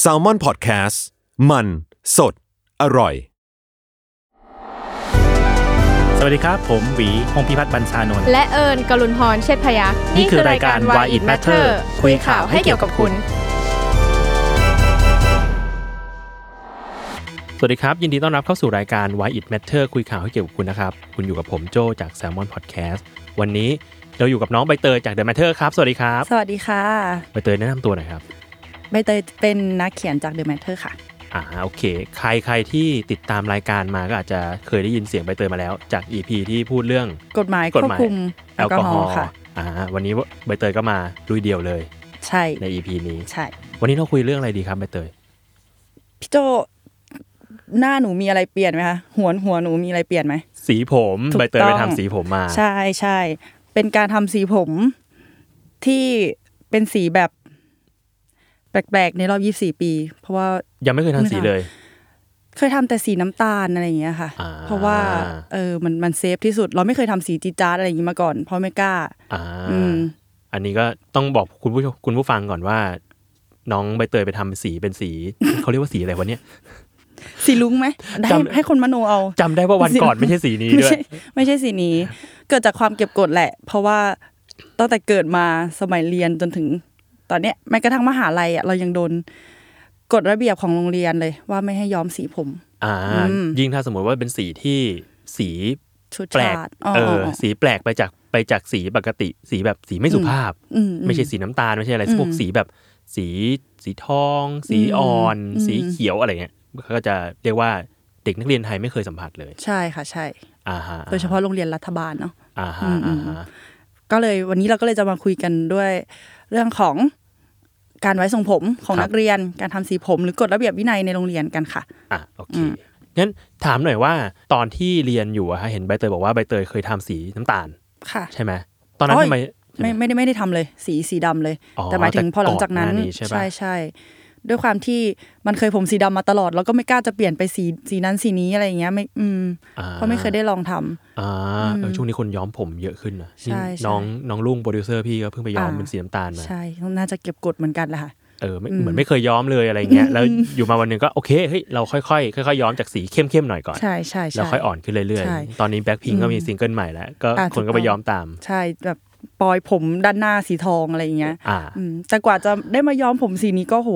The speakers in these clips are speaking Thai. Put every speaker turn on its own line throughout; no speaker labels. แซลมอนพอดแคสต์มันสดอร่อย
สวัสดีครับ ผมหวีพงพิพัฒน์บัญชานนท์
และเอิญกลุนพรเชษพยักษ์
นี่คือรายการ Why It Matter คุยข่าวให้เกี่ยวกับคุณ สวัสดีครับ ยินดีต้อนรับเข้าสู่รายการ Why It Matter คุยข่าวให้เกี่ยวกับคุณนะครับ คุณอยู่กับผมโจจาก Salmon Podcast วันนี้เราอยู่กับน้องใบเตยจาก The Matter ครับ สวัสดีครับ
สวัสดีค่ะ
ใบเตยแนะนำตัวหน่อยครับ
ใบเตยเป็นนักเขียนจาก The Matter ค่ะ
อ่าโอเค ใครใครที่ติดตามรายการมาก็อาจจะเคยได้ยินเสียงใบเตยมาแล้ว จาก EP ที่พูดเรื่อง
กฎหมาย
ก
ค
ฎห
วบ
มาย
คุมแอ
แอ
ล
ล
ก
ก
อ
อ
ฮ
ฮอ
อล์
ล์
ค่ะ
อ่าวันนี้ใบเตยก็มาลุยเดี่ยวเลย
ใช่
ใน EP นี้
ใช่
วันนี้เราคุยเรื่องอะไรดีครับใบเตย
พี่โจหน้าหนูมีอะไรเปลี่ยนไหมคะหัวหัวหนูมีอะไรเปลี่ยนไหม
สีผม
ถูก
ใบเตยไป
ต้อง
ทำสีผมมา
ใช่ใช่เป็นการทำสีผมที่เป็นสีแบบ แปลกๆ ในรอบ 24 ปี เพราะว่า
ยังไม่เคยทำสีเลย
เคยทำแต่สีน้ำตาลอะไรอย่างเงี้ยค่ะ
อ่า
เพราะว่าเออมันมันเซฟที่สุด เราไม่เคยทำสีจีดจาร์ดอะไรอย่างงี้มาก่อน เพราะไม่กล้า
อ่า
อืม
อันนี้ก็ต้องบอกคุณผู้ชมคุณผู้ฟังก่อนว่า น้องใบเตยไปทำสีเป็นสี เขาเรียกว่าสีอะไรวะเนี่ย
สีลุงไหมได้
จำ
ให้คนมโนเอา
จำได้ว่าวันก่อนไม่ใช่สีนี้
ไม่
ด้วย
ใช่ไม่ใช่สีนี้ เกิดจากความเก็บกดแหละ เพราะว่าตั้งแต่เกิดมาสมัยเรียนจนถึง ตอนเนี้ยแม้กระทั่งมหาลัยอ่ะเรายังโดนกฎระเบียบของโรงเรียนเลย ว่าไม่ให้ย้อมสีผม
อ่า
อืม
ยิ่งถ้าสมมติว่าเป็นสีที่สี
ชุด
แปลก
ชาดอ๋อ
เอ
อ๋อ
อ
อ๋อ
สีแปลกไปจากไปจากสีปกติสีแบบสีไม่สุภาพ
อืมอืม
ไม่ใช่สีน้ำตาลไม่ใช่อะไรพวกสีแบบสีสีทอง สีอ่อน
อืม
สีเขียวอะไรเงี้ยเขาก็จะเรียกว่าเด็กนักเรียนไทยไม่เคยสัมผัสเลย
ใช่ค่ะ ใช่
อ่าฮะ
โดยเฉพาะโรงเรียนรัฐบาลเนาะ
อ่าฮะ
อืมอื
อ่าม ฮะ
ก็เลยวันนี้เราก็เลยจะมาคุยกันด้วยเรื่องของการไว้ทรงผมของนักเรียน การทำสีผมหรือกฎระเบียบวินัยในโรงเรียนกันค่ะ
อ่ะโอเคงั้นถามหน่อยว่าตอนที่เรียนอยู่อะฮะเห็นใบเตยบอกว่าใบเตยเคยทำสีน้ำตาล
ค่ะ
ใช่ไหมตอนนั้น
โอ้ย
ทำไม
ไม่ไม่ได้ไม่ได้ทำเลย สีสีดำเลย
อ๋อ
แต่หมายถึง
แต่
พอหลังจากนั้น
ก่อนหน้านี้ใช่ปะ
ใช่ใช่ด้วยความที่มันเคยผมสีดำมาตลอด แล้วก็ไม่กล้าจะเปลี่ยนไปสีสีนั้นสีนี้อะไรอย่างเงี้ยไม่อืม
อ่
เพราะไม่เคยได้ลองทำ
อ่าเออช่วงนี้คนย้อมผมเยอะขึ้นนะ
ใช่ใช่
น้องน้องลุงโปรดิวเซอร์พี่ก็เพิ่งไปย้อม
อ่า
เป็นสีน้ำตาลมา
ใช่น่าจะเก็บกดเหมือนกันแหละค่ะ
เออไม่
อืม
เหมือนไม่เคยย้อมเลยอะไรเงี้ยแล้วอยู่มาวันหนึ่งก็โอเคเฮ้ยเราค่อยๆค่อยๆย้อมจากสีเข้มๆหน่อยก่อน
ใช่ใช่
แล้
ใช่
วค่อยอ่อนขึ้นเรื่อย
ใช่
ๆ ตอนนี้แบ็คพิง
อืม
ก็มีซิงเกิลใหม่แล้วก็
อ่า
คน
ถู
ก็
กต้
ไป
อง
ย้อมตาม
ใช่แบบปลอยผมด้านหน้าสีทองอะไรอย่างเงี้ย
อ่า
อืมแต่กว่าจะได้มาย้อมผมสีนี้ก็โห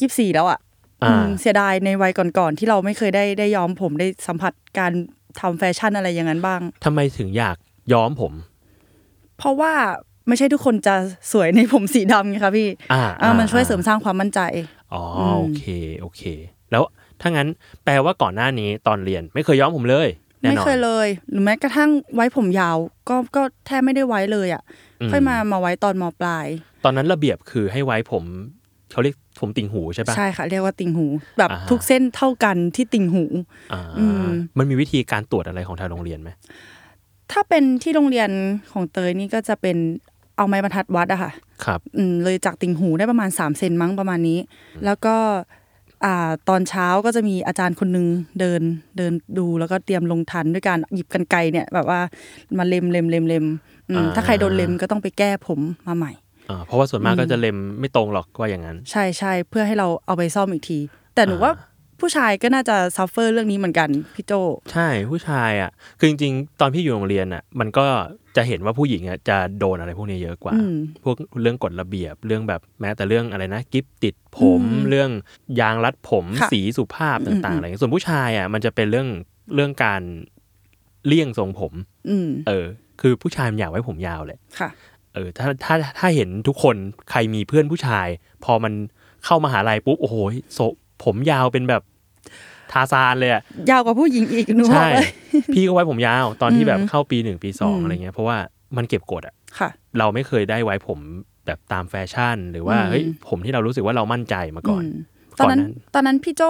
ยี่สี่แล้วอ่ะ
อ่า
อืมเสียดายในวัยก่อนๆที่เราไม่เคยได้ได้ย้อมผมได้สัมผัสการทำแฟชั่นอะไรอย่างนั้นบ้าง
ทำไมถึงอยากย้อมผม
เพราะว่าไม่ใช่ทุกคนจะสวยในผมสีดำไงคะพี่
อ่า
อ่ามันช่วย
อ่า
เสริมสร้างความมั่นใจ
อ๋ออ
ม
โอเคโอเค แล้วถ้างั้นแปลว่าก่อนหน้านี้ตอนเรียนไม่เคยย้อมผมเลยแน่
ไม่
นอน
เคยเลย หรือแม้กระทั่งไว้ผมยาว ก็ก็แทบไม่ได้ไว้เลยอ่ะ
ม
ค่อยมามาไว้ตอนมปลาย
ตอนนั้นระเบียบคือให้ไว้ผมเขาเรียกผมติ่งหูใช่ปะ
ใช่ค่ะ เรียกว่าติ่งหู แบบ
อ่าฮะ
ทุกเส้นเท่ากันที่ติ่งหู
อ่า
อืม
มันมีวิธีการตรวจอะไรของทางโรงเรียนไหม
ถ้าเป็นที่โรงเรียนของเตยนี่ก็จะเป็นเอาไม้บรรทัดวัดอะค่ะ
ครับ
อืมเลยจากติ่งหูได้ประมาณ 3 เซนมั้งประมาณนี้ แล้วก็อ่าตอนเช้าก็จะมีอาจารย์คนนึงเดินเดินดูแล้วก็เตรียมลงทันด้วยการหยิบกันไกรเนี่ย แบบว่ามาเล็มเล็มเล็มเล็มอืม
อ่า
ถ้าใครโดนเล็มก็ต้องไปแก้ผมมาใหม่
อ่าเพราะว่าส่วนมากก็จะเล็มไม่ตรงหรอกว่าอย่างนั้น
ใช่ใช่เพื่อให้เราเอาไปซ่อมอีกที แต่หนู
อ่า
ว่าผู้ชายก็น่าจะซัฟเฟอร์เรื่องนี้เหมือนกันพี่โจ
ใช่ผู้ชายอ่ะคือจริงๆตอนพี่อยู่โรงเรียนอ่ะมันก็จะเห็นว่าผู้หญิงอ่ะจะโดนอะไรพวกนี้เยอะกว่า
อืม
พวกเรื่องกฎระเบียบเรื่องแบบแม้แต่เรื่องอะไรนะกิฟติดผม
อืม
เรื่องยางรัดผม
ค่ะ
สีสุภาพต่างๆ
อืม
อะไรอย่างเงี้ยส่วนผู้ชายอ่ะมันจะเป็นเรื่องเรื่องการเลี่ยงทรงผม
อืม
เออ คือผู้ชายมันอยากไว้ผมยาวแหละ
ค่ะ
เออถ้าถ้าถ้าเห็นทุกคนใครมีเพื่อนผู้ชาย พอมันเข้ามหาลัยปุ๊บโอ้โหโซผมยาวเป็นแบบทาซานเลยอ่ะ
ยาวกว่าผู้หญิงอีกหนูบอก
ใช่
เลย
พี่ก็ไว้ผมยาวตอนที่แบบ
อืม
เข้าปีหนึ่งปีสอง
อืม
อะไรเงี้ยเพราะว่ามันเก็บกดอะ
ค่ะ
เราไม่เคยได้ไว้ผมแบบตามแฟชั่น หรือว่า
อืม
เฮ้ยผมที่เรารู้สึกว่าเรามั่นใจมาก่อน
มต
ก่
อน
อน
นั้น
นั้น
ตอนนั้นพี่โจ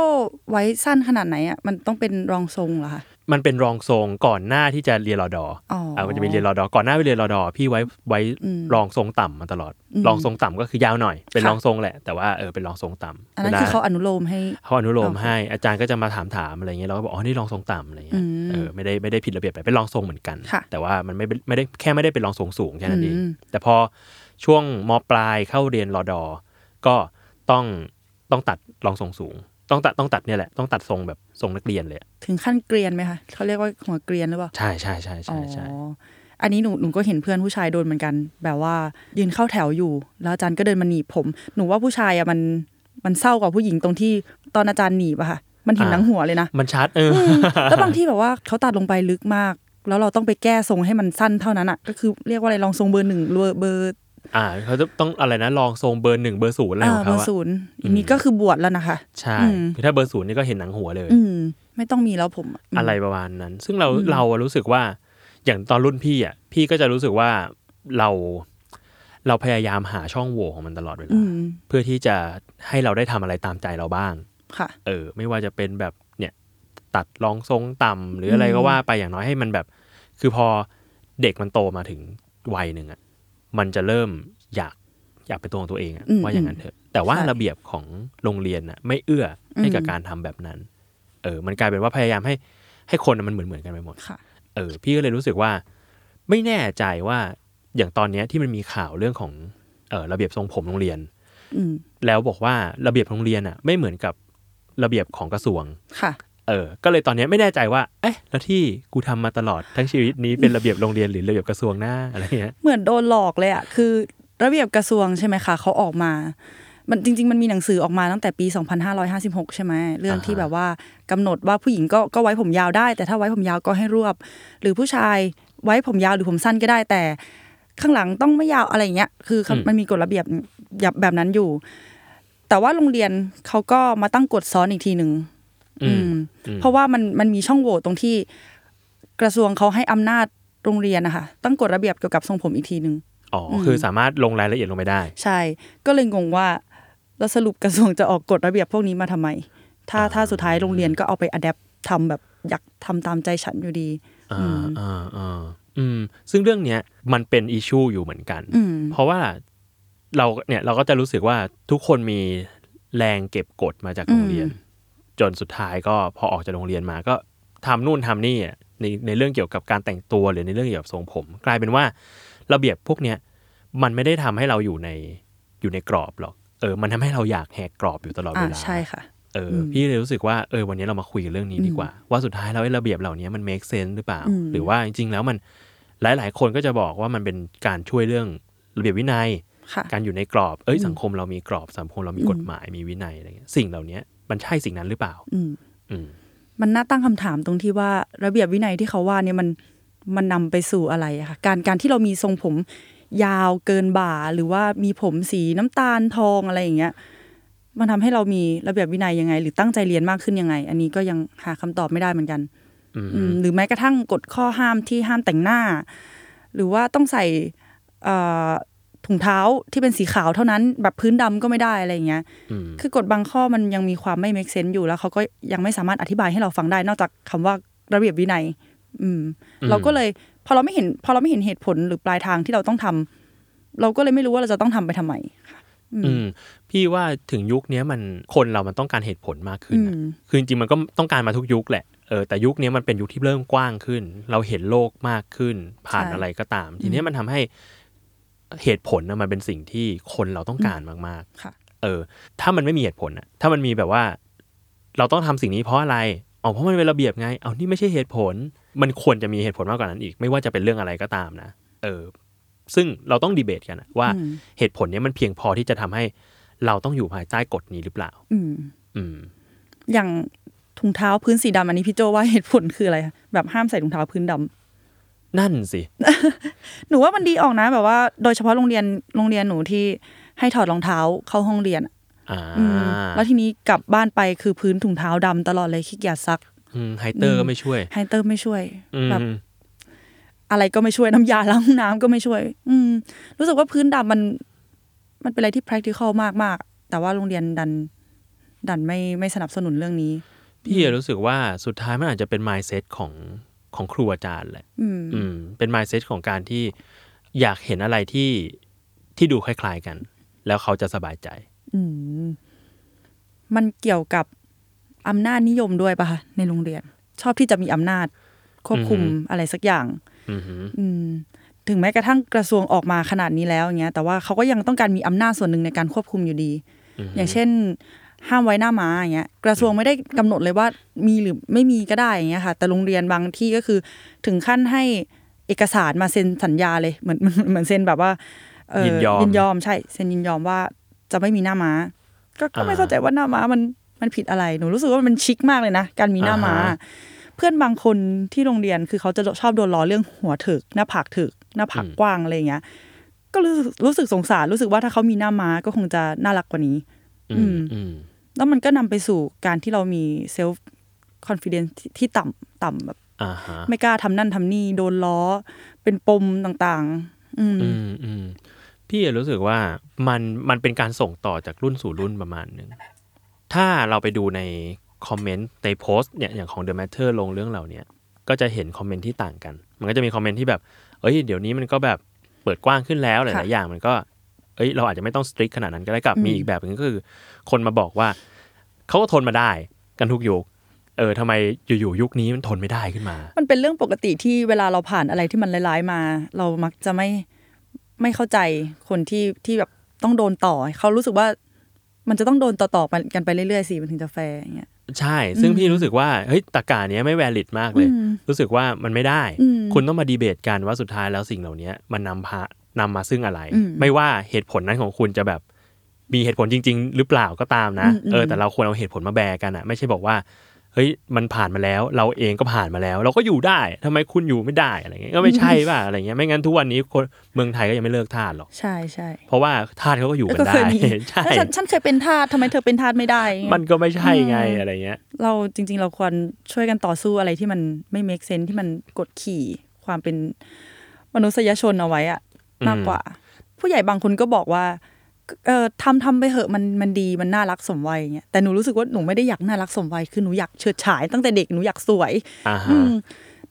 ไว้สั้นขนาดไหนอ่ะมันต้องเป็นรองทรงเหรอคะ
มันเป็นรองทรงก่อนหน้าที่จะเรียนรอดอ
อ๋อ
อ่ะมันจะมีเรียนรอดอก่อนหน้าไปเรียนรอดอพี่ไว้ไว้
อืม
รองทรงต่ำมาตลอด
อืม
รองทรงต่ำก็คือยาวหน่อยเป็น
ค่ะ
รองทรงแหละแต่ว่าเออเป็นรองทรงต่ำ
อัน
เว
นั้น
ลา
คือเขาอนุโลมให้
เขาอนุโลม
โอเค
ให้อาจารย์ก็จะมาถามถามๆอะไรเงี้ยเราก็บอกอ๋อนี่รองทรงต่ำอะไรเงี้ย
อืม
เออไม่ได้ไม่ได้ผิดระเบียบไปเป็นรองทรงเหมือนกัน
ค่ะ
แต่ว่ามันไม่เป็นไม่ได้แค่ไม่ได้เป็นรองทรงสูงแค่นั้นเอง
ม
แต่พอช่วงมปลายเข้าเรียนรอดอ ก็ต้องต้องตัดรองทรงสูง ต้องตัดต้องตัดเนี่ยแหละต้องตัดทรงแบบทรงนักเรียนเลยอะ
ถึงขั้นเกรียนไหมคะเขาเรียกว่าหัวเกรียนหรือเปล่า
ใช่ใช่ใช่ใช่ใช่
อ๋อ อันนี้หนูหนูก็เห็นเพื่อนผู้ชายโดนเหมือนกัน แบบว่ายืนเข้าแถวอยู่ แล้วอาจารย์ก็เดินมาหนีบผม หนูว่าผู้ชายอะมันมันเศร้ากว่าผู้หญิงตรงที่ตอนอาจารย์หนีบอะค่ะ มันเห็นทั้งหัว เลยนะ
มันชัดเอออ
แล้วบางที่แบบว่าเขาตัดลงไปลึกมาก แล้วเราต้องไปแก้ทรงให้มันสั้นเท่านั้นอะก็คือเรียกว่าอะไรลองทรงเบอร์หนึ่งเบอร์เบอร์
อ่าเขาจะต้องอะไรนะลองทรงเบอร์หนึ่งเบอร์ศูนย์อะไร
เอ่
ขอ
อง เบอ
เขา
ร์
อะ
ศูนย์อันนี้ก็คือบวชแล้วนะคะ
ใช่
อืม
คือถ้าเบอร์ศูนย์นี่ก็เห็นหนังหัวเลย
อืม ไม่ต้องมีแล้วผมม
อะไรประมาณนั้น ซึ่งเราเราอะรู้สึกว่าอย่างตอนรุ่นพี่อ่ะพี่ก็จะรู้สึกว่าเราเราพยายามหาช่องโหว่ของมันตลอดเวลา
อืม
เพื่อที่จะให้เราได้ทำอะไรตามใจเราบ้าง
ค่ะ
เออ ไม่ว่าจะเป็นแบบเนี่ยตัดรองทรงต่ำหรืออะไรก็ว่าไปอย่างน้อยให้มันแบบ คือพอเด็กมันโตมาถึงวัยหนึ่งอ่ะมันจะเริ่มอยากอยากเป็นตัวของตัวเองอ่ะ
อืม
ว่าอย่างนั้นเถอะ แต่ว่า
ใช่
ระเบียบของโรงเรียนอ่ะไม่เอื้อให้กับ
อืม
การทำแบบนั้น เออ มันกลายเป็นว่าพยายามให้ให้คนน่ะมันเหมือนเหมือนๆกันไปหมด
ค่ะ
เออพี่ก็เลยรู้สึกว่าไม่แน่ใจว่าอย่างตอนเนี้ยที่มันมีข่าวเรื่องของเออระเบียบทรงผมโรงเรียน
อืม
แล้วบอกว่าระเบียบโรงเรียนอ่ะไม่เหมือนกับระเบียบของกระทรวง
ค่ะ
เออ ก็เลยตอนเนี้ยไม่แน่ใจว่า เอ๊ะ แล้วที่กูทำมาตลอดทั้งชีวิตนี้เป็นระเบียบโรงเรียนหรือระเบียบกระทรวงหน้าอะไรเงี้ย
เหมือนโดนหลอกเลยอะคือระเบียบกระทรวงใช่ไหมคะเขาออกมา มันจริง ๆ มันมีหนังสือออกมาตั้งแต่ปี 2556 ใช่ไหมเรื่องที่
อ่าฮะ
แบบว่ากำหนดว่าผู้หญิงก็ก็ไว้ผมยาวได้ แต่ถ้าไว้ผมยาวก็ให้รวบ หรือผู้ชายไว้ผมยาวหรือผมสั้นก็ได้แต่ ข้างหลังต้องไม่ยาวอะไรอย่างเงี้ยคือเขา
อืม
มันมีกฎระเบียบแบบนั้นอยู่ แต่ว่าโรงเรียนเขาก็มาตั้งกฎซ้อนอีกทีหนึ่ง
อืม
อืม
อืม
เพราะว่ามันมันมีช่องโหว่ตรงที่กระทรวงเขาให้อำนาจโรงเรียนนะคะตั้งกฎระเบียบเกี่ยวกับทรงผมอีกทีหนึ่ง
อ๋ออคือสามารถลงรายละเอียดลงไปได้
ใช่ ก็เลยงงว่าแล้วสรุปกระทรวงจะออกกฎระเบียบพวกนี้มาทำไม ถ้าถ้าสุดท้ายโรงเรียนก็เอาไปอัดแอปทำแบบอยากทำตามใจฉันอยู่ดี
อ่าอ่าอ่าอืม ซึ่งเรื่องเนี้ยมันเป็นอิชูอยู่เหมือนกัน
อืม
เพราะว่าเราเนี่ยเราก็จะรู้สึกว่าทุกคนมีแรงเก็บกดมาจากโรงเรียน จนสุดท้ายก็พอออกจากโรงเรียนมาก็ทำนู่นทำนี่อะในในเรื่องเกี่ยวกับการแต่งตัวหรือในเรื่องเกี่ยวกับทรงผม กลายเป็นว่าระเบียบพวกเนี้ยมันไม่ได้ทำให้เราอยู่ในอยู่ในกรอบหรอกเออ มันทำให้เราอยากแหกกรอบอยู่ตลอด
อ่า
เวลา
ใช่ค่ะ
เอออ
ม
พี่เลยรู้สึกว่าเออวันนี้เรามาคุยกันเรื่องนี้ดีกว่า ว่าสุดท้ายแล้วไอ้ระเบียบเหล่านี้มัน make sense หรือเปล่า
อืม
หรือว่าจริงๆแล้วมันหลาย ๆ คนก็จะบอกว่ามันเป็นการช่วยเรื่องระเบียบวินัย
ค่ะ
การอยู่ในกรอบ เอ้ย สังคมเรามีกรอบ สังคมเรามีกฎหมาย มีวินัยอะไรเงี้ย สิ่งเหล่านี้มันใช่สิ่งนั้นหรือเปล่า
อืม
อืม
มันน่าตั้งคำถามตรงที่ว่าระเบียบวินัยที่เขาว่าเนี่ยมันมันนำไปสู่อะไรอะคะการการที่เรามีทรงผมยาวเกินบ่า หรือว่ามีผมสีน้ำตาลทองอะไรอย่างเงี้ย มันทำให้เรามีระเบียบวินัยยังไง หรือตั้งใจเรียนมากขึ้นยังไง อันนี้ก็ยังหาคำตอบไม่ได้เหมือนกัน
อืม
อืมหรือแม้กระทั่งกฎข้อห้ามที่ห้ามแต่งหน้า หรือว่าต้องใส่เอ่อถุงเท้าที่เป็นสีขาวเท่านั้น แบบพื้นดำก็ไม่ได้อะไรอย่างเงี้ย
อืม
คือกฎบางข้อมันยังมีความไม่ make sense อยู่แล้วเขาก็ยังไม่สามารถอธิบายให้เราฟังได้ นอกจากคำว่าระเบียบวินัย อืม
อืม
เราก็เลยพอเราไม่เห็น พอเราไม่เห็นเหตุผลหรือปลายทางที่เราต้องทำเราก็เลยไม่รู้ว่าเราจะต้องทำไปทำไม
อืม พี่ว่าถึงยุคเนี้ยมันคนเรามันต้องการเหตุผลมากขึ้นอะ
อืม
คือจริงๆมันก็ต้องการมาทุกยุคแหละ เออ แต่ยุคเนี้ยมันเป็นยุคที่เริ่มกว้างขึ้น เราเห็นโลกมากขึ้น ผ่านอะไรก็ตาม ทีเนี้ยมันทำให้เหตุผลนะมันเป็นสิ่งที่คนเราต้องการมากๆ
ค่ะ
เออ ถ้ามันไม่มีเหตุผลอะถ้ามันมีแบบว่า เราต้องทำสิ่งนี้เพราะอะไรอ๋อเพราะมันเป็นระเบียบไง เอานี่ไม่ใช่เหตุผล มันควรจะมีเหตุผลมากกว่านั้นอีก ไม่ว่าจะเป็นเรื่องอะไรก็ตามนะ เออ ซึ่งเราต้องดีเบตกันอะว่า
อืม
เหตุผลเนี้ยมันเพียงพอที่จะทำให้เราต้องอยู่ภายใต้กฎนี้หรือเปล่า
อืม
อืม
อย่างถุงเท้าพื้นสีดำอันนี้พี่โจว่าเหตุผลคืออะไรคะแบบห้ามใส่ถุงเท้าพื้นดำ
นั่นสิ
หนูว่ามันดีออกนะ แบบว่าโดยเฉพาะโรงเรียนโรงเรียนหนูที่ให้ถอดรองเท้าเข้าห้องเรียนอะ
อ่า
อืมแล้วทีนี้กลับบ้านไปคือพื้นถุงเท้าดำตลอดเลยขี้เกียจซัก
อืมไฮเตอร์ก็ไม่ช่วย
ไฮเตอร์ไม่ช่วย
อืม
แบบอะไรก็ไม่ช่วยน้ำยา ล้างห้องน้ำก็ไม่ช่วย อืม รู้สึกว่าพื้นดำมัน มันเป็นอะไรที่ practical มากมากๆแต่ว่าโรงเรียนดัน ดันไม่ไม่สนับสนุนเรื่องนี้
พี่รู้สึกว่าสุดท้ายมันอาจจะเป็น mindset ของของครูอาจารย์แหละ
อืม
อืมเป็น mindset ของการที่อยากเห็นอะไรที่ที่ดูคล้ายๆกัน แล้วเขาจะสบายใจ
อืม มันเกี่ยวกับอำนาจนิยมด้วยปะคะในโรงเรียน ชอบที่จะมีอำนาจควบคุม
อือหืออ
อะไรสักอย่าง
อือหือ
อืม ถึงแม้กระทั่งกระทรวงออกมาขนาดนี้แล้วอย่างเงี้ยแต่ว่าเขาก็ยังต้องการมีอำนาจส่วนหนึ่งในการควบคุมอยู่ดี อย่างเช่น ห้ามไว้หน้าม้าอย่างเงี้ยกระทรวงไม่ได้กำหนดเลยว่ามีหรือไม่มีก็ได้อย่างเงี้ยค่ะ แต่โรงเรียนบางที่ก็คือถึงขั้นให้เอกสารมาเซ็นสัญญาเลยเหมือนเหมื อนเหมือนเซ็นแบบว่าเ
ยินยอม
ยินยอมใช่เซ็นยินยอมว่าจะไม่มีหน้าม้า ก็ก็ไม่
อ่า
เข้าใจว่าหน้าม้ามันมันผิดอะไรหนูรู้สึกว่ามันชิคมากเลยนะการมีหน้าม้า
อ่าฮะ
เพื่อนบางคนที่โรงเรียนคือเขาจะชอบโดนล้อเรื่องหัวเถึกหน้าผากเถึกหน้าผากกว้างอะไรอย่างเงี้ย ก็รู้สึกรู้สึกสงสารรู้สึกว่าถ้าเขามีหน้าม้าก็คงจะน่ารักกว่านี้
อืมอืม
แล้วมันก็นำไปสู่การที่เรามีเซลฟ์คอนฟ idence ที่ที่ต่ำต่ำแบบ
อ่าฮะ
ไม่กล้าทำนั่นทำนี่โดนล้อ เป็นปมต่างๆ อืม
อืมอืมพี่รู้สึกว่ามันมันเป็นการส่งต่อจากรุ่นสู่รุ่นประมาณหนึ่งถ้าเราไปดูในคอมเมนต์ในโพสต์เนี่ยอย่างของ The Matter ลงเรื่องเหล่าเนี้ยก็จะเห็นคอมเมนต์ที่ต่างกัน มันก็จะมีคอมเมนต์ที่แบบ เอ้ยเดี๋ยวนี้มันก็แบบเปิดกว้างขึ้นแล้วหลายๆอย่างมันก็ เอ้ยเราอาจจะไม่ต้องสตริกขนาดนั้นก็ได้กับมีอีกแบบหนึงก็คือ คนมาบอกว่าเขาก็ทนมาได้กันทุกยุคเออทำไมอยู่ๆยุคนี้มันทนไม่ได้ขึ้นมา
มันเป็นเรื่องปกติที่เวลาเราผ่านอะไรที่มันร้ายๆมา เรามักจะไม่ไม่เข้าใจคนที่ที่แบบต้องโดนต่อ เขารู้สึกว่า มันจะต้องโดนต่อๆไปกันไปเรื่อยๆสิมันถึงจะแฟร์อย่างเงี้ย
ใช่ ซึ่งพี่รู้สึกว่า เฮ้ยตากาเนี้ยไม่แวลิดมากเลย
อืม
รู้สึกว่ามันไม่ได้
อืม
คุณต้องมาดีเบตกันว่าสุดท้ายแล้วสิ่งเหล่าเนี้ยมันนำพานำมาซึ่งอะไร
อืม
ไม่ว่าเหตุผลนั้นของคุณจะแบบ มีเหตุผลจริง ๆ หรือเปล่าก็ตามนะ
อืมอืม
เออ แต่เราควรเอาเหตุผลมาแบร์กันอะไม่ใช่บอกว่า เฮ้ย มันผ่านมาแล้ว เราเองก็ผ่านมาแล้ว เราก็อยู่ได้ทำไมคุณอยู่ไม่ได้อะไรเงี้ย ก็ไม่ใช่ป่ะ อะไรเงี้ย ไม่งั้นทุกวันนี้คนเมืองไทยก็ยังไม่เลิกทาสหรอก
ใช่ใช่
เพราะว่าทาสเขาก็อยู่
เอ้ย
กัน
ก็
ได้
เคยมี
ใช่
แล้วฉันฉันเคยเป็นทาสทำไมเธอเป็นทาสไม่ได้
มันก็ไม่ใช่ไงอะไรเงี้ย
เราจริง ๆ เราควรช่วยกันต่อสู้อะไรที่มันไม่ make sense ที่มันกดขี่ความเป็นมนุษยชนเอาไว้อะ
อืม
มากกว่า ผู้ใหญ่บางคนก็บอกว่าเออทำทำไปเหอะมันมันดีมันน่ารักสมวัยอย่างเงี้ยแต่หนูรู้สึกว่าหนูไม่ได้อยากน่ารักสมวัยคือหนูอยากเฉิดฉายตั้งแต่เด็กหนูอยากสวย
อ่าฮะ
อืม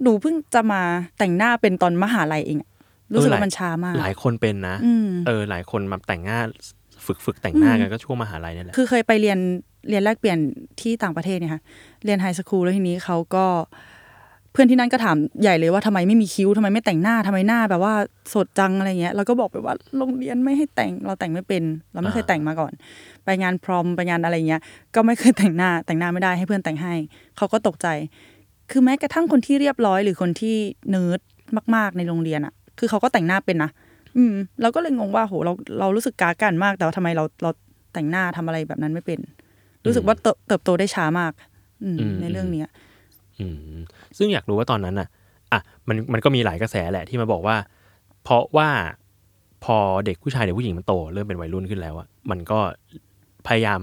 หนูเพิ่งจะมาแต่งหน้าเป็นตอนมหาลัยเองอะรู้สึกว่ามันช้ามาก
หลายคนเป็นนะ
อืม
เออหลายคนมาแต่งหน้าฝึกฝึกแต่งหน้ากันก็ช่วงมหาลัยนี่แหละ
คือเคยไปเรียนเรียนแลกเปลี่ยนที่ต่างประเทศเนี่ยค่ะ เรียนไฮสคูลแล้วทีนี้เขาก็ เพื่อนที่นั่นก็ถามใหญ่เลยว่าทำไมไม่มีคิ้วทำไมไม่แต่งหน้าทำไมหน้าแบบว่าสดจังอะไรเงี้ยแล้วก็บอกไปว่าโรงเรียนไม่ให้แต่งเราแต่งไม่เป็น เราไม่เคยแต่งมาก่อน ไปงานพรอมไปงานอะไรเงี้ย ก็ไม่เคยแต่งหน้าแต่งหน้าไม่ได้ให้เพื่อนแต่งให้ เขาก็ตกใจ คือแม้กระทั่งคนที่เรียบร้อยหรือคนที่เนิร์ดมาก ๆในโรงเรียนอะคือเขาก็แต่งหน้าเป็นนะอืมเราก็เลยงงว่าโหเราเรารู้สึกกากันมาก แต่ว่าทำไมเราเราแต่งหน้าทำอะไรแบบนั้นไม่เป็น รู้สึกว่าเติบเติบโตได้ช้ามาก อืม
อืม
ในเรื่องเนี้ย
อืมซึ่งอยากรู้ว่าตอนนั้นอ่ะ อ่ะมันมันก็มีหลายกระแสแหละที่มาบอกว่า เพราะว่าพอเด็กผู้ชายเด็กผู้หญิงมันโต เริ่มเป็นวัยรุ่นขึ้นแล้วอะมันก็พยายาม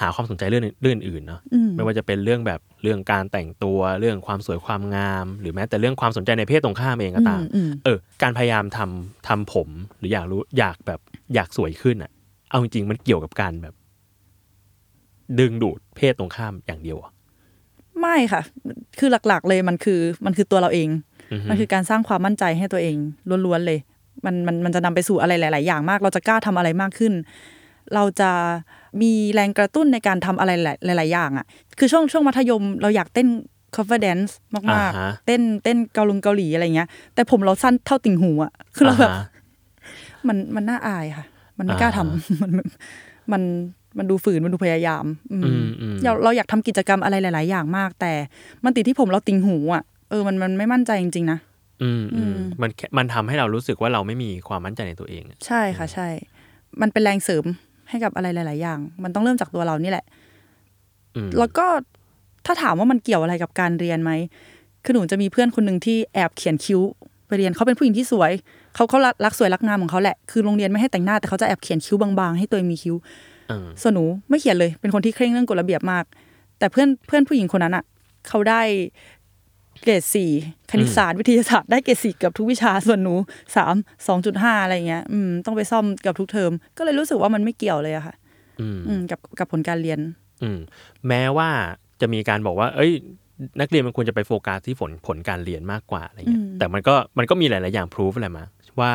หาความสนใจเรื่องอื่นเรื่องอื่นเนาะ
อืม
ไม่ว่าจะเป็นเรื่องแบบเรื่องการแต่งตัวเรื่องความสวยความงาม หรือแม้แต่เรื่องความสนใจในเพศตรงข้ามเองก็ตาม
อืม
เออการพยายามทำทำผมหรืออยากรู้อยากแบบอยากสวยขึ้นอ่ะ เอาจริงๆมันเกี่ยวกับการแบบ ดึงดูดเพศตรงข้ามอย่างเดียวอ่ะ
ไม่ค่ะ คือหลักๆเลยมันคือมันคือตัวเราเอง มันคือการสร้างความมั่นใจให้ตัวเองล้วนๆเลย มันมันมันจะนำไปสู่อะไรหลาย ๆ อย่างมาก เราจะกล้าทำอะไรมากขึ้น เราจะมีแรงกระตุ้นในการทำอะไรหลาย ๆ อย่างอ่ะ คือช่วงช่วงมัธยมเราอยากเต้น cover dance มาก
อ่าฮะ
ๆ เต้นเต้นเกาลงเกาหลีอะไรเงี้ย แต่ผมเราสั้นเท่าติ่งหูอ่ะ คือเราแบบ
ฮะ
มันมันน่าอายค่ะ มันไม่กล้าทำ
อ่า
มันมันมันดูฝืนมันดูพยายาม อืม
อืมอืม
เราเราอยากทำกิจกรรมอะไรหลาย ๆ อย่างมาก แต่มันติดที่ผมเราติงหูอ่ะเออมันมันไม่มั่นใจจริง ๆ นะ
อืมอืมมันแค่มันทำให้เรารู้สึกว่าเราไม่มีความมั่นใจในตัวเองอะ
ใช่ค่ะ ใช่ มันเป็นแรงเสริมให้กับอะไรหลาย ๆ อย่าง มันต้องเริ่มจากตัวเรานี่แหละ
อืม
แล้วก็ถ้าถามว่ามันเกี่ยวอะไรกับการเรียนไหมคือหนูจะมีเพื่อนคนหนึ่งที่แอบเขียนคิ้วไปเรียนเขาเป็นผู้หญิงที่สวยเขาเขารักรักสวยรักงามของเขาแหละคือโรงเรียนไม่ให้แต่งหน้าแต่เขาจะแอบเขียนคิ้วบาง ๆ ให้ตัวเองมีคิ้ว
เออ
ส่วนหนูไม่เขียนเลยเป็นคนที่เคร่งเรื่องกฎระเบียบมาก แต่เพื่อนเพื่อนผู้หญิงคนนั้นอ่ะเขาได้เกรดสี่คณิตศาสตร์วิทยาศาสตร์ได้เกรดสี่เกือบทุกวิชาส่วนหนูสามสองจุดห้าอะไรเงี้ยอืมต้องไปซ่อมเกือบทุกเทอม ก็เลยรู้สึกว่ามันไม่เกี่ยวเลยอะค่ะ
อืม
อืมกับกับผลการเรียน
อืมแม้ว่าจะมีการบอกว่า เอ้ย นักเรียนมันควรจะไปโฟกัสที่ผลผลการเรียนมากกว่าอะไรเงี้ย
อืม
แต่มันก็มันก็มีหลาย ๆ อย่างพิสูจอะไรมาว่า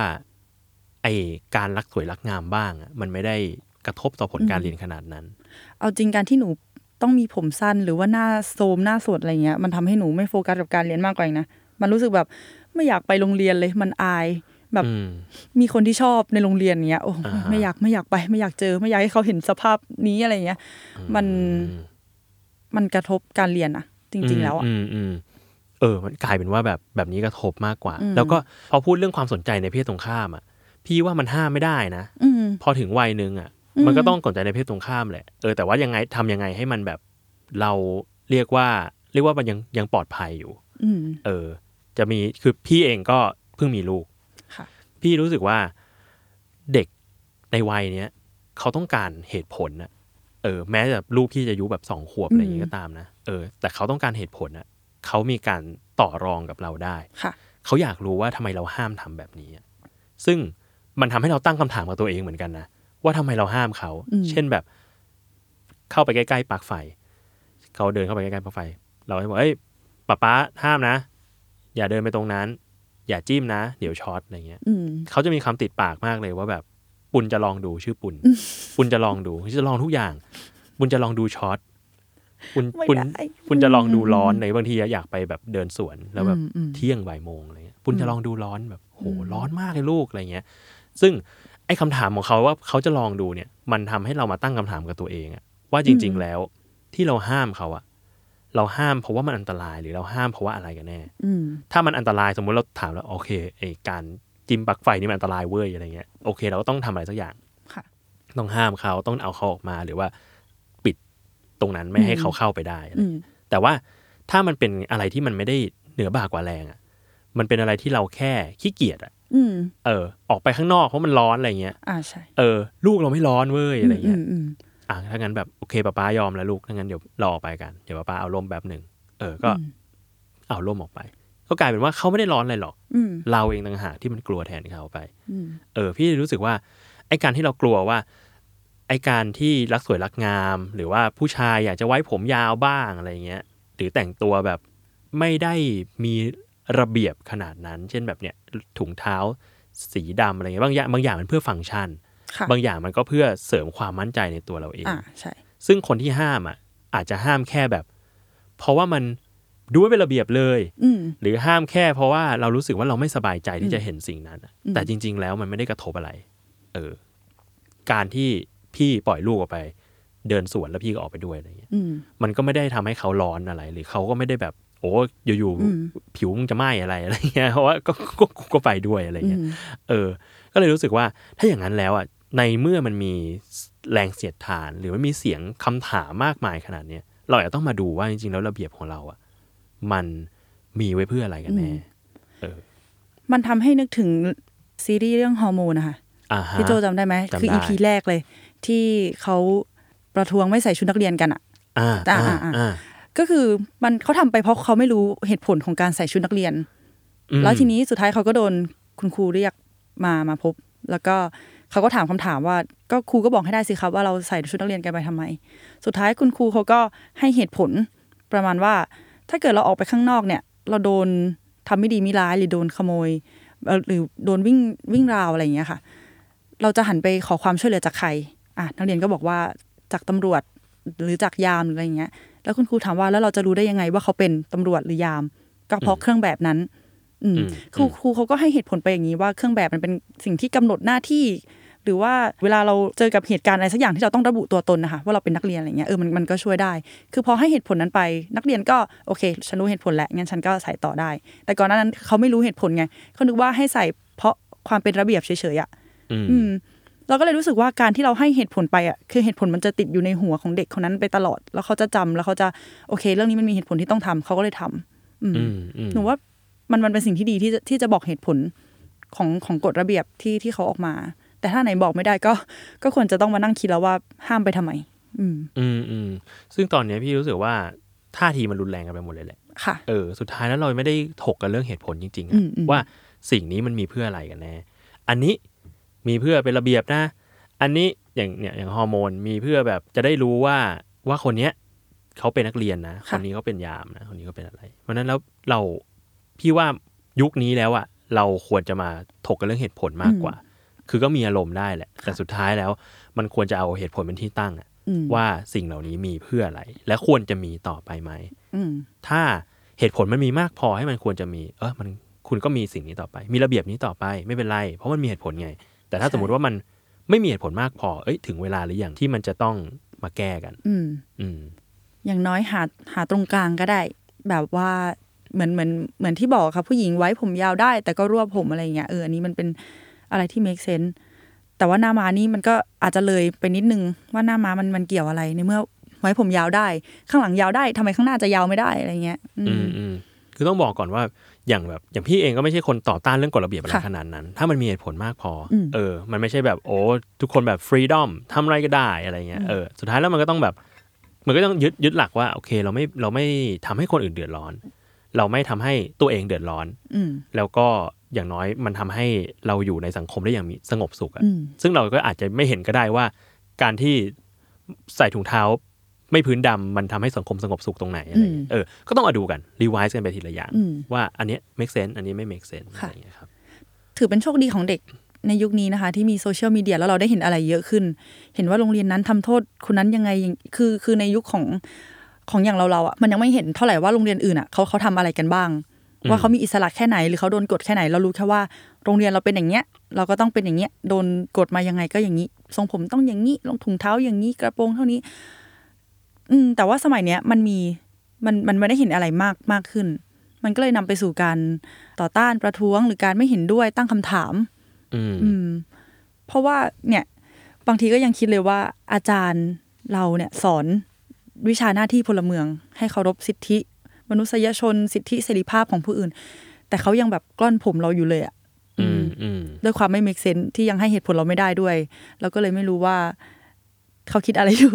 ไอการรักสวยรักงามบ้างอะมันไม่ได้กระทบต่อผลการเรียนขนาดนั้น
เอาจริงการที่หนูต้องมีผมสั้นหรือว่าหน้าโซมหน้าสดอะไรเงี้ยมันทำให้หนูไม่โฟกัสกับการเรียนมากกว่าอีกนะมันรู้สึกแบบไม่อยากไปโรงเรียนเลยมันอาย แบบ
อืม
มีคนที่ชอบในโรงเรียนเงี้ยโอ้
อ่าฮะ
ไม่อยากไม่อยากไป ไม่อยากเจอ ไม่อยากให้เขาเห็นสภาพนี้อะไรเงี้ย มันมันกระทบการเรียนอะจริง ๆ แล้วอะ
อืมอืมเออ มันกลายเป็นว่าแบบแบบนี้กระทบมากกว่า
อืม
แล้วก็พอพูดเรื่องความสนใจในเพศตรงข้ามอ่ะ พี่ว่ามันห้ามไม่ได้นะ
อืม
พอถึงวัยหนึ่งอ่ะ
อืม
มันก็ต้องสนใจในเพศตรงข้ามแหละ เออ แต่ว่ายังไงทำยังไงให้มันแบบเราเรียกว่า เรียกว่ามันยังยังปลอดภัยอยู่
อืม
เออ จะมีคือพี่เองก็เพิ่งมีลูก
ค่ะ
พี่รู้สึกว่าเด็กในวัยเนี้ยเขาต้องการเหตุผลนะเออ แม้แต่ลูกพี่จะอายุแบบสองขวบอะไรอย่างงี้
อืม
ก็ตามนะเออ แต่เขาต้องการเหตุผลนะเขามีการต่อรองกับเราได้
ค่ะ
เขาอยากรู้ว่าทำไมเราห้ามทำแบบนี้อะซึ่งมันทำให้เราตั้งคำถามกับตัวเองเหมือนกันนะ ว่าทำไมเราห้ามเขา
อืม
เช่นแบบ เข้าไปใกล้ๆปลั๊กไฟ เขาเดินเข้าไปใกล้ๆปลั๊กไฟ เราให้บอกเอ้ยป๊าป๊าห้ามนะ อย่าเดินไปตรงนั้น อย่าจิ้มนะ เดี๋ยวช็อตอะไรเงี้ย
อืม
เขาจะมีคำติดปากมากเลยว่าแบบปุณจะลองดูชื่อปุณ ปุณจะลองดูจะลองทุกอย่าง ปุณจะลองดูช็อตปุณ
ไม่
ปุณ
ได้
ปุณจะลองดูร้อนในบางทีอยากไปแบบเดินสวนแล้วแบบ
อืมอืม
เที่ยงบ่ายโมงอะไรเงี้ยปุณจะลองดูร้อนแบบโหร้อนมากเลยลูกอะไรเงี้ย ซึ่งไอ้คำถามของเขาว่าเขาจะลองดูเนี่ย มันทำให้เรามาตั้งคำถามกับตัวเองอะว่าจริง
อืม
ๆแล้ว ที่เราห้ามเขาอะเราห้ามเพราะว่ามันอันตรายหรือเราห้ามเพราะว่าอะไรกันแน่
อืม
ถ้ามันอันตรายสมมุติเราถามแล้วโอเคไอ้การจิ้มปลั๊กไฟนี่มันอันตรายเว้ยอะไรเงี้ยโอเคเราก็ต้องทำอะไรสักอย่าง
ค่ะ
ต้องห้ามเขาต้องเอาเขาออกมาหรือว่าปิดตรงนั้นไม่ให้เขาเข้าไปได้อะไร
อืม
แต่ว่าถ้ามันเป็นอะไรที่มันไม่ได้เหนือบ่ากว่าแรงอะ่ะ มันเป็นอะไรที่เราแค่ขี้เกียจอะ่ะ
อืม
เออ ออกไปข้างนอกเพราะมันร้อนอะไรเงี้ย
อ่าใช่
เออ ลูกเราไม่ร้อนเว้ยอะไรเงี้ย
มอืม
อ่ะถ้างั้นแบบโอเคป้าป้ายอมแล้วลูก ถ้างั้นเดี๋ยวเราออกไปกัน เดี๋ยวป้าป้าเอาร่มแบบหนึ่ง เออ ก็
อืม
เอาร่มออกไป ก็กลายเป็นว่าเขาไม่ได้ร้อนอะไรหรอก
อืม
เราเองต่างหากที่มันกลัวแทนเขาไป
อืม
เออพี่รู้สึกว่าไอการที่เรากลัวว่า ไอการที่รักสวยรักงาม หรือว่าผู้ชายอยากจะไว้ผมยาวบ้างอะไรเงี้ย หรือแต่งตัวแบบไม่ได้มีระเบียบขนาดนั้น เช่นแบบเนี่ยถุงเท้าสีดำอะไรเงี้ยบางอย่างบางอย่างมันเพื่อฟังก์ชัน
ค่ะ
บางอย่างมันก็เพื่อเสริมความมั่นใจในตัวเราเอง
อ่าใช่
ซึ่งคนที่ห้ามอ่ะอาจจะห้ามแค่แบบ เพราะว่ามันดูไม่เป็นระเบียบเลย
อืม
หรือห้ามแค่เพราะว่าเรารู้สึกว่าเราไม่สบายใจที่จะเห็นสิ่งนั้นอะ
อืม
แต่จริง ๆ แล้วมันไม่ได้กระทบอะไร เออ การที่พี่ปล่อยลูกออกไป เดินสวนแล้วพี่ก็ออกไปด้วยอะไรเงี้ย
อืม
มันก็ไม่ได้ทำให้เขาร้อนอะไร หรือเขาก็ไม่ได้แบบ โอ้อยู่
อืม
ๆผิวมึงจะไหม้อะไรอะไรเงี้ยเพราะว่า ก็ก็ก็ก็ไปด้วยอะไร
อื
เงี้ย
ม
เออ ก็เลยรู้สึกว่าถ้าอย่างนั้นแล้วอ่ะ ในเมื่อมันมีแรงเสียดทาน หรือมันมีเสียงคำถามมากมายขนาดเนี้ยเราอาจจะต้องมาดูว่าจริงๆแล้วระเบียบของเราอ่ะ มันมีไว้เพื่ออะไรกันแน่
อืม
เออ
มันทำให้นึกถึงซีรีส์เรื่องฮอร์โมนนะคะ
อ่าฮะ
พี่โจจำได้ไหม
จำ
คือ
ได้
อีพีแรกเลย ที่เขาประท้วงไม่ใส่ชุดนักเรียนกันอะ
อ่า
อ่า
อ่า
อ่า
อ่า
ก็คือมันเขาทำไปเพราะเขาไม่รู้เหตุผลของการใส่ชุดนักเรียน
อืม
แล้วทีนี้สุดท้ายเขาก็โดนคุณครูเรียกมามาพบ แล้วก็เขาก็ถามคำถามว่าก็ครูก็บอกให้ได้สิครับว่าเราใส่ชุดนักเรียนกันไปทำไม สุดท้ายคุณครูเขาก็ให้เหตุผลประมาณว่า ถ้าเกิดเราออกไปข้างนอกเนี่ย เราโดนทำไม่ดีไม่ร้ายหรือโดนขโมยเอ่อหรือโดนวิ่งวิ่งราวอะไรอย่างเงี้ยค่ะ เราจะหันไปขอความช่วยเหลือจากใครอ่ะนักเรียนก็บอกว่าจากตำรวจหรือจากยามหรืออะไรอย่างเงี้ย แล้วคุณครูถามว่าแล้วเราจะรู้ได้ยังไงว่าเขาเป็นตำรวจหรือยาม ก็เพราะเครื่องแบบนั้น อืม
อืม
ครูครูเขาก็ให้เหตุผลไปอย่างนี้ว่าเครื่องแบบมันเป็นสิ่งที่กำหนดหน้าที่ หรือว่าเวลาเราเจอกับเหตุการณ์อะไรสักอย่างที่เราต้องระบุตัวตนนะคะว่าเราเป็นนักเรียนอะไรเงี้ยเออมันมันก็ช่วยได้ คือพอให้เหตุผลนั้นไป นักเรียนก็โอเค ฉันรู้เหตุผลแล้วงั้นฉันก็ใส่ต่อได้ แต่ก่อนหนานั้นเขาไม่รู้เหตุผลไงเขานึกว่าให้ใส่เพราะความเป็นระเบียบเฉยๆอ่ะ
อืม
อืมเราก็เลยรู้สึกว่าการที่เราให้เหตุผลไปอ่ะคือเหตุผลมันจะติดอยู่ในหัวของเด็กคนนั้นไปตลอด แล้วเขาจะจำแล้วเขาจะโอเค เรื่องนี้มันมีเหตุผลที่ต้องทำเขาก็เลยทำอืม
อืมอืม
หนูว่ามันมันเป็นสิ่งที่ดีที่จะที่จะบอกเหตุผลของของกฎระเบียบที่ที่เขาออกมา แต่ถ้าไหนบอกไม่ได้ก็ ก็ควรจะต้องมานั่งคิดแล้วว่าห้ามไปทำไม อืม
อืมอืมซึ่งตอนเนี้ยพี่รู้สึกว่าท่าทีมันรุนแรงกันไปหมดเลยแหละ
ค่ะ
เออ สุดท้ายแล้วเราไม่ได้ถกกันเรื่องเหตุผลจริงๆ
อื
อะ
มอืม
ว่าสิ่งนี้มันมีเพื่ออะไรกันแน่ อันนี้มีเพื่อเป็นระเบียบนะ อันนี้อย่างเนี่ยอย่างฮอร์โมนมีเพื่อแบบจะได้รู้ว่าว่าคนเนี้ยเขาเป็นนักเรียนนะคนนี้เขาเป็นยามนะคนนี้เขาเป็นอะไร เพราะฉะนั้นแล้วเราพี่ว่ายุคนี้แล้วอะเราควรจะมาถกกันเรื่องเหตุผลมากกว่า คือก็มีอารมณ์ได้แหละ แต่สุดท้ายแล้ว มันควรจะเอาเหตุผลเป็นที่ตั้งอะ
อืม
ว่าสิ่งเหล่านี้มีเพื่ออะไร และควรจะมีต่อไปไหม
อืม
ถ้าเหตุผลมันมีมากพอให้มันควรจะมี เออมัน คุณก็มีสิ่งนี้ต่อไป มีระเบียบนี้ต่อไปไม่เป็นไร เพราะมันมีเหตุผลไง แต่ถ้า
ใช่
สมมติว่ามันไม่มีเหตุผลมากพอเอ้ยถึงเวลาหรือยังที่มันจะต้องมาแก้กัน
อืม
อืม
อย่างน้อยหาหาตรงกลางก็ได้ แบบว่าเหมือนเหมือนเหมือนที่บอกค่ะผู้หญิงไว้ผมยาวได้ แต่ก็รวบผมอะไรอย่างเงี้ยเอออันนี้มันเป็นอะไรที่ make sense แต่ว่าหน้าม้านี่มันก็อาจจะเลยไปนิดนึงว่าหน้าม้ามันมันเกี่ยวอะไรในเมื่อไว้ผมยาวได้ ข้างหลังยาวได้ทำไมข้างหน้าจะยาวไม่ได้อะไรเงี้ยอื
อื
ม
มอืมคือต้องบอกก่อนว่าอย่างแบบอย่างพี่เองก็ไม่ใช่คนต่อต้านเรื่องกฎระเบียบอะไร
ค่ะ
ขนาดนั้น ถ้ามันมีเหตุผลมากพออ
ม
เออ มันไม่ใช่แบบโอ้ทุกคนแบบฟรีดอมทำอะไรก็ได้อะไรเงี้ยเออสุดท้ายแล้วมันก็ต้องแบบ มันก็ต้องยึดยึดหลักว่าโอเค เราไม่เราไม่ทำให้คนอื่นเดือดร้อน เราไม่ทำให้ตัวเองเดือดร้อน
อืม
แล้วก็อย่างน้อยมันทำให้เราอยู่ในสังคมได้อย่างมีสงบสุขอะ
อืม
ซึ่งเราก็อาจจะไม่เห็นก็ได้ว่า การที่ใส่ถุงเท้าไม่พื้นดำมันทำให้สังคมสงบสุขตรงไหนอะไรอย่างเงี้ยเออ ก็ต้องมาดูกัน รีไวซ์กันไปทีละอย่าง
อืม
ว่าอันเนี้ย make sense อันนี้ไม่ make sense อะไร
ค่ะ
อย่างเงี้ยครับ
ถือเป็นโชคดีของเด็กในยุคนี้นะคะ ที่มีโซเชียลมีเดียแล้วเราได้เห็นอะไรเยอะขึ้น เห็นว่าโรงเรียนนั้นทำโทษคนนั้นยังไงยังคือคือในยุคของของอย่างเราเราๆอ่ะมันยังไม่เห็นเท่าไหร่ว่าโรงเรียนอื่นอ่ะเขาเขาทำอะไรกันบ้าง
อืม
ว่าเขามีอิสระแค่ไหนหรือเขาโดนกดแค่ไหน เรารู้แค่ว่าโรงเรียนเราเป็นอย่างเงี้ย เราก็ต้องเป็นอย่างเงี้ยโดนกดมายังไงก็อย่างนี้ทรงผมต้องอย่างนี้รองถุงเท้าอย่างนี้กระโปรงเท่านี้ อืมแต่ว่าสมัยเนี้ยมันมีมันมันไม่ได้เห็นอะไรมากมากขึ้น มันก็เลยนำไปสู่การต่อต้านประท้วง หรือการไม่เห็นด้วยตั้งคำถาม
อืม
อืม เพราะว่าเนี่ยบางทีก็ยังคิดเลยว่า อาจารย์เราเนี่ยสอนวิชาหน้าที่พลเมือง ให้เคารพสิทธิ มนุษยชนสิทธิเสรีภาพของผู้อื่น แต่เขายังแบบกล้อนผมเราอยู่เลยอะ
อืมอืม
ด้วยความไม่ make sense ที่ยังให้เหตุผลเราไม่ได้ด้วย เราก็เลยไม่รู้ว่า เขาคิดอะไรอยู่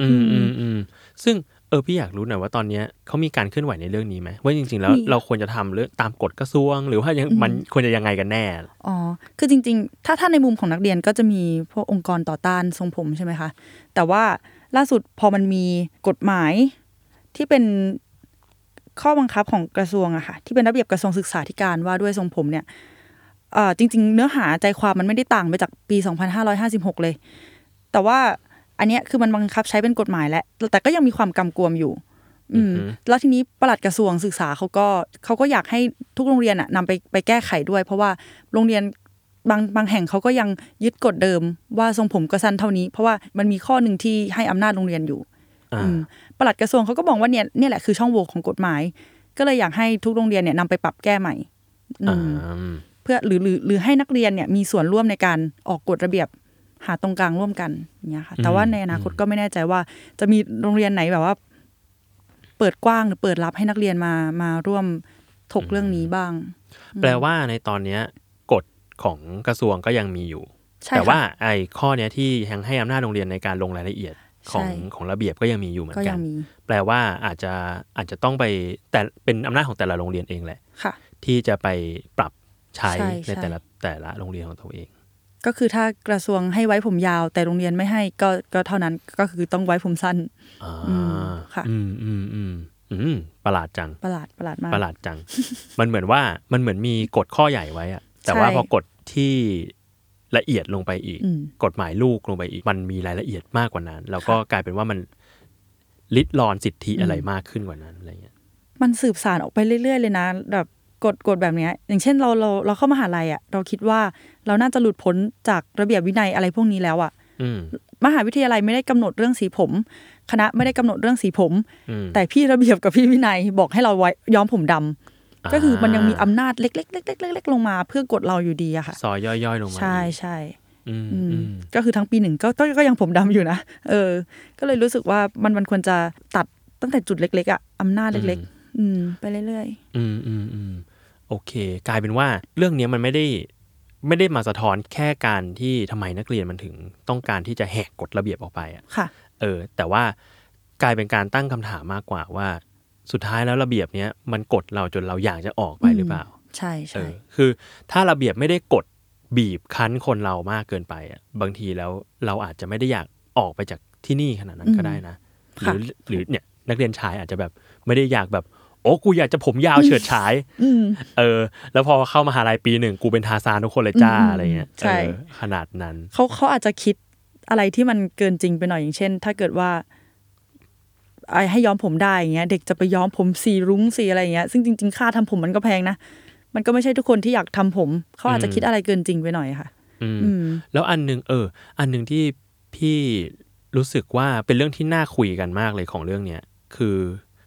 อืมอืมอืมซึ่งเออพี่อยากรู้หน่อยว่าตอนเนี้ยเขามีการเคลื่อนไหวในเรื่องนี้ไหมว่าจริง ๆ แล้ว
มี
เราควรจะทำเรื่องตามกฎกระทรวง หรือว่ายัง
อืม
มันควรจะยังไงกันแน่
อ๋อ คือจริง ๆ ถ้าถ้าในมุมของนักเรียนก็จะมีพวกองค์กรต่อต้านทรงผมใช่ไหมคะ แต่ว่าล่าสุดพอมันมีกฎหมายที่เป็นข้อบังคับของกระทรวงอะค่ะที่เป็นระเบียบกระทรวงศึกษาธิการว่าด้วยทรงผมเนี่ยเอ่อจริง ๆ เนื้อหาใจความมันไม่ได้ต่างไปจากปี 2556 เลย แต่ว่าอันเนี้ยคือมันบังคับใช้เป็นกฎหมายแล้วแต่ก็ยังมีความกำกวมอยู่ อืม
อือหือ
แล้วทีนี้ประหลัดกระทรวงศึกษาเขาก็เขาก็อยากให้ทุกโรงเรียนอะนำไปไปแก้ไขด้วย เพราะว่าโรงเรียน บางบางแห่งเขาก็ยังยึดกฎเดิมว่าทรงผมก็สั้นเท่านี้ เพราะว่ามันมีข้อหนึ่งที่ให้อำนาจโรงเรียนอยู่
อ่า
อืมปลัดกระทรวงเขาก็บอกว่าเนี่ยเนี่ยแหละคือช่องโหว่ของกฎหมาย ก็เลยอยากให้ทุกโรงเรียนเนี่ยนำไปปรับแก้ใหม่อืม
อ่า
เพื่อหรือหรือหรือให้นักเรียนเนี่ยมีส่วนร่วมในการออกกฎระเบียบหาตรงกลางร่วมกันอย่างเงี้ยค่ะ แต่ว่าในอนาคตก็ไม่แน่ใจว่า จะมีโรงเรียนไหนแบบว่า เปิดกว้างหรือเปิดรับให้นักเรียนมามาร่วมถกเรื่องนี้บ้าง
แปลว่าในตอนเนี้ยกฎของกระทรวงก็ยังมีอยู่
ใช่
แต่ว่า
ค่ะ
ไอ้ข้อเนี้ยที่ยังให้อำนาจโรงเรียนในการลงรายละเอียดของ
ใช่
ของระเบียบก็ยังมีอยู่เหมือ
ก็
นกั
ยั
น
งมี
แปลว่าอาจจะอาจจะต้องไปแต่เป็นอำนาจของแต่ละโรงเรียนเองแหละ
ค่ะ
ที่จะไปปรับใช้
ใช่
ใน
ใช่
แต่ละแต่ละโรงเรียนของตัวเอง
ก็คือถ้ากระทรวงให้ไว้ผมยาว แต่โรงเรียนไม่ให้ก็ก็เท่านั้นก็คือต้องไว้ผมสั้น
อ่า
อืมค่ะ
อืมอืมอืมอืมประหลาดจัง
ประหลาดประหลาดมาก
ประหลาด จัง มันเหมือนว่ามันเหมือนมีกฎข้อใหญ่ไว้อะแต่ว่า
ใช่
พอกฎที่ละเอียดลงไปอีก
อืม
กฎหมายลูกลงไปอีก มันมีรายละเอียดมากกว่านั้น แล้วก็กลายเป็นว่ามันลิดรอนสิทธิอะไรมากขึ้นกว่านั้นอะไรเงี้ย
มันสืบสารออกไปเรื่อย ๆ เลยนะ แบบกฎกฎแบบเนี้ย อย่างเช่นเราเราเราเข้ามหาลัยอะ่ะ เราคิดว่าเราน่าจะหลุดพ้นจากระเบียบวินัยอะไรพวกนี้แล้วอะ่ะ
อืม
มหาวิทยาลัยไม่ได้กำหนดเรื่องสีผม คณะไม่ได้กำหนดเรื่องสีผม
อืม
แต่พี่ระเบียบกับพี่วินัยบอกให้เราไว้ย้อมผมดำ
า
ก็คือมันยังมีอำนาจเล็กๆเล็กๆเล็กๆลงมาเพื่อกดเราอยู่ดีอะค่ะ
ซอยย่อยๆลงมา
ใช่
อีก
ใช่
อืม
อืม
อืม
ก็คือทั้งปีหนึ่งก็ก็ก็ยังผมดำอยู่นะ เออ ก็เลยรู้สึกว่ามันมันควรจะตัดตั้งแต่จุดเล็ก ๆอะอำนาจเล็ก ๆ อืม ไปเรื่อย
อืมอืมอืมโอเค กลายเป็นว่าเรื่องเนี้ยมันไม่ได้ไม่ได้มาสะท้อนแค่การที่ทำไมนักเรียนมันถึงต้องการที่จะแหกกฎระเบียบออกไปอะ
ๆ ค่ะ
เออแต่ว่ากลายเป็นการตั้งคำถามมากกว่าว่า สุดท้ายแล้วระเบียบเนี้ยมันกดเราจนเราอยากจะออกไป
อืม
หรือเปล่า
ใช่
เอ
ใช่
อคือถ้าระเบียบไม่ได้กดบีบคั้นคนเรามากเกินไปอ่ะบางทีแล้วเราอาจจะไม่ได้อยากออกไปจากที่นี่ขนาดนั้นก็ได้นะ ห
ค่ะ
รือหรือเนี่ยนักเรียนชายอาจจะแบบไม่ได้อยากแบบ โอ้กูอยากจะผมยาวเฉิดฉาย
อืม
เออ แล้วพอเข้ามหาลัยปีหนึ่งกูเป็นทาซานทุกคนเลยจ้า
อืม
อะไรเงี้ย
ใช่
เออขนาดนั้น
เขาเขาอาจจะคิดอะไรที่มันเกินจริงไปหน่อยอย่างเช่น ถ้าเกิดว่าไอให้ย้อมผมได้อย่างเงี้ย เด็กจะไปย้อมผมสีรุ้งสีอะไรอย่างเงี้ยซึ่งจริง ๆ ค่าทำผมมันก็แพงนะ มันก็ไม่ใช่ทุกคนที่อยากทำผม เขาอาจจะ
อืม
คิดอะไรเกินจริงไปหน่อยค่ะ
อืม
อืม
แล้วอันหนึงเออ อันหนึงที่พี่รู้สึกว่าเป็นเรื่องที่น่าคุยกันมากเลยของเรื่องเนี้ยคือ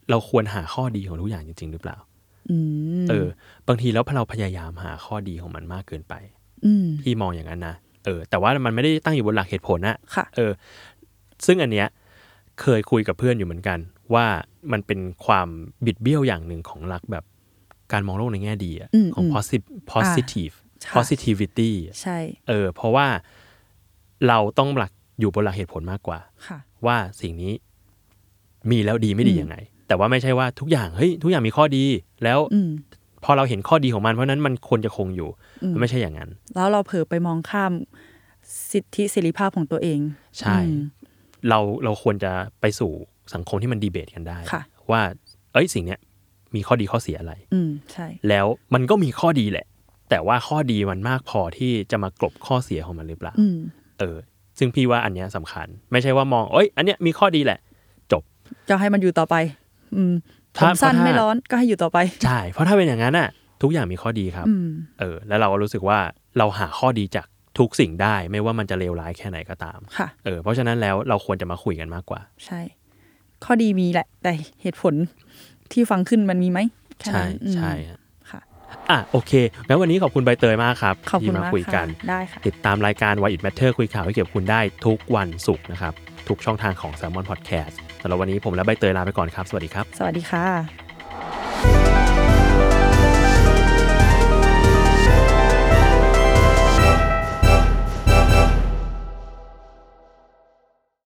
เราควรหาข้อดีของทุกอย่างจริง ๆ หรือเปล่า
อืม
เออ บางทีแล้วพอเราพยายามหาข้อดีของมันมากเกินไป
อืม
พี่มองอย่างนั้นนะ เออ แต่ว่ามันไม่ได้ตั้งอยู่บนหลักเหตุผลอะ
ค่ะ
เออ ซึ่งอันเนี้ยเคยคุยกับเพื่อนอยู่เหมือนกัน ว่ามันเป็นความบิดเบี้ยวอย่างหนึ่งของหลักแบบการมองโลกในแง่ดีอะ
อืม
ของ
อืม
posi- positive
ค่ะ
positivity
ใช่
เออ เพราะว่าเราต้องหลักอยู่บนหลักเหตุผลมากกว่า
ค่ะ
ว่าสิ่งนี้มีแล้วดีไม่ดี
อืม
ยังไง แต่ว่าไม่ใช่ว่าทุกอย่างเฮ้ยทุกอย่างมีข้อดี แล้ว
อืม
พอเราเห็นข้อดีของมันเพราะฉะนั้นมันควรจะคงอยู่
อืม
มันไม่ใช่อย่างนั้น
แล้วเราเผลอไปมองข้ามสิทธิเสรีภาพของตัวเอง
ใช่
อืม
เราเราควรจะไปสู่สังคมที่มันดีเบตกันได้
ค่ะ
ว่า เอ้ยสิ่งเนี้ยมีข้อดีข้อเสียอะไร
อืมใช่
แล้วมันก็มีข้อดีแหละ แต่ว่าข้อดีมันมากพอที่จะมากลบข้อเสียของมันหรือเปล่า
อืม
เออ ซึ่งพี่ว่าอันเนี้ยสำคัญ ไม่ใช่ว่ามองเอ้ย อันเนี้ยมีข้อดีแหละ
จะให้มันอยู่ต่อไป อืมผ
ถ้าม
สั้น
ถ้า
ไม่ร้อนก็ให้อยู่ต่อไป
ใช่ เพราะถ้าเป็นอย่างนั้นน่ะ ทุกอย่างมีข้อดีครับ
อืม
เออ แล้วเราก็รู้สึกว่าเราหาข้อดีจากทุกสิ่งได้ ไม่ว่ามันจะเลวร้ายแค่ไหนก็ตาม
ค่ะ
เออ เพราะฉะนั้นแล้วเราควรจะมาคุยกันมากกว่า
ใช่ ข้อดีมีแหละ แต่เหตุผลที่ฟังขึ้นมันมีไหมแค่
ใช่
นั้นอืม
ใช่ฮะ
ค่ะ
อ่ะโอเคงั้นวันนี้ขอบคุณใบเตยมากครับ
ขอบคุ
ที่มาม
ณาก
คุยกั
ค่ะ
น
ได้ค่ะ
ติดตามรายการ Why It Matter คุยข่าวให้เกี่ยวกับคุณได้ทุกวันศุกร์นะครับ ทุกช่องทางของ s ซ l m o n Podcast สำหรับวันนี้ผมและใบเตยลาไปก่อนครับ สวัสดีครับ
สวัสดีค่ะ